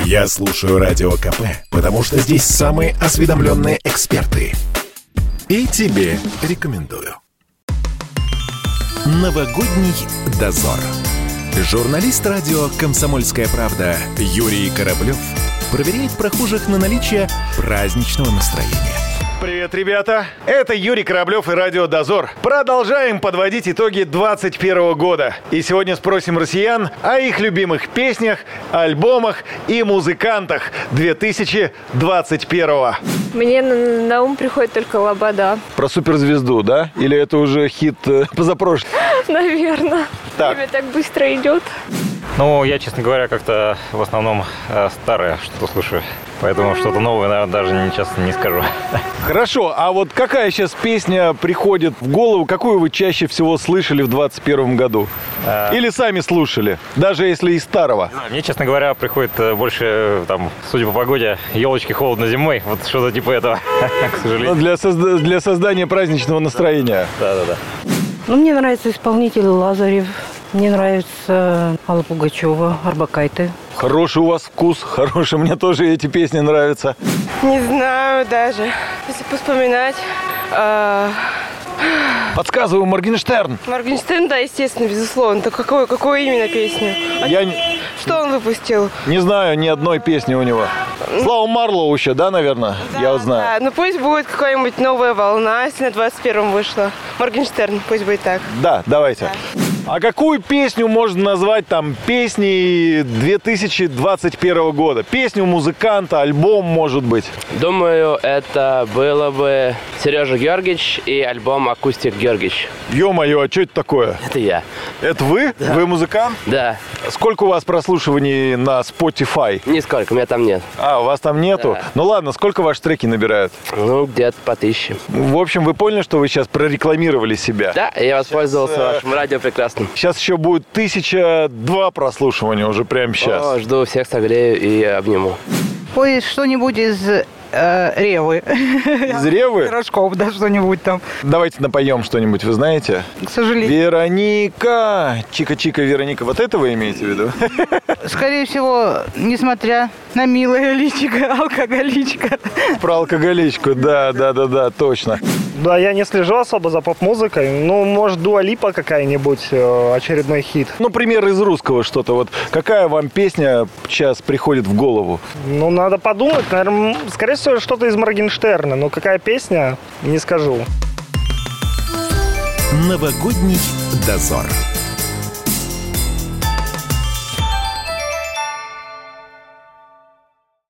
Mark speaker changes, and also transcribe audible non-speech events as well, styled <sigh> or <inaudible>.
Speaker 1: Я слушаю Радио КП, потому что здесь самые осведомленные эксперты. И тебе рекомендую. Новогодний дозор. Журналист радио «Комсомольская правда» Юрий Кораблев проверяет прохожих на наличие праздничного настроения.
Speaker 2: Привет, ребята! Это Юрий Кораблев и Радио Дозор. Продолжаем подводить итоги 2021 года. И сегодня спросим россиян о их любимых песнях, альбомах и музыкантах 2021.
Speaker 3: Мне на, на ум приходит только Лобода, <laughs>
Speaker 2: Про суперзвезду, да? Или это уже хит э, <laughs> позапрошлый?
Speaker 3: наверное.
Speaker 2: Так.
Speaker 3: Время так быстро идет.
Speaker 4: Ну, я, честно говоря, как-то в основном э, старое что-то слушаю. Поэтому что-то новое, наверное, даже не- сейчас не скажу.
Speaker 2: Хорошо, а вот какая сейчас песня приходит в голову, какую вы чаще всего слышали в 2021 году?
Speaker 4: Э,
Speaker 2: Или сами слушали, даже если из старого?
Speaker 4: Мне, честно говоря, приходит э, больше, э, там, судя по погоде, елочки холодно зимой. Вот что-то типа этого, <laughs> к
Speaker 2: Ну,
Speaker 4: сожалению.
Speaker 2: Для, созда- для создания праздничного настроения.
Speaker 4: Да-да-да.
Speaker 5: Ну, мне нравится исполнитель Лазарев. Мне нравится э, Алла Пугачева, Арбакайте.
Speaker 2: Хороший у вас вкус, хороший. Мне тоже эти песни нравятся.
Speaker 6: Не знаю даже. Если вспоминать. э,
Speaker 2: Подсказываю Моргенштерн.
Speaker 6: Моргенштерн, да, естественно, безусловно. Так какую, какую именно песню? А
Speaker 2: Я не,
Speaker 6: Что он выпустил?
Speaker 2: не знаю ни одной песни у него. Слава Марлоу еще, да, наверное? Я вот знаю.
Speaker 6: Да, ну пусть будет какая-нибудь новая волна, если на 21-м вышла. Моргенштерн, пусть будет так.
Speaker 2: Да, давайте. А какую песню можно назвать там песней 2021 года? Песню музыканта, альбом, может быть.
Speaker 7: Думаю, это было бы Сережа Георгиевич и альбом «Акустик Георгиевич».
Speaker 2: Ё-моё, а что это такое?
Speaker 7: Это я.
Speaker 2: Это вы? Вы музыкант?
Speaker 7: Да,
Speaker 2: Сколько у вас прослушиваний на Spotify?
Speaker 7: нисколько, меня там нет.
Speaker 2: А, у вас там нету?
Speaker 7: Да.
Speaker 2: Ну ладно, сколько ваши треки набирают?
Speaker 7: Ну, где-то по тысяче.
Speaker 2: В общем, вы поняли, что вы сейчас прорекламировали себя?
Speaker 7: Да, я воспользовался
Speaker 2: э,
Speaker 7: вашим радио прекрасным.
Speaker 2: Сейчас еще будет тысяча два прослушивания уже прямо сейчас.
Speaker 7: О, жду всех согрею и обниму.
Speaker 8: Ой, что-нибудь из э, Ревы. <laughs>
Speaker 2: Из Ревы?
Speaker 8: Пирожков, да, что-нибудь там.
Speaker 2: Давайте напоем что-нибудь, вы знаете?
Speaker 8: К сожалению.
Speaker 2: Вероника! Чика-чика, Вероника. Вот это вы имеете в виду? <laughs>
Speaker 8: Скорее всего, несмотря на милое личико, <laughs> алкоголичка.
Speaker 2: Про алкоголичку. Да, да, да, да, точно.
Speaker 9: Да, я не слежу особо за поп-музыкой. Ну, может, Дуалипа какая-нибудь, э, очередной хит.
Speaker 2: Ну, пример из русского что-то. Вот какая вам песня сейчас приходит в голову?
Speaker 9: Ну, надо подумать. Наверное, скорее всего, что-то из Моргенштерна. Но какая песня, не скажу.
Speaker 1: Новогодний дозор.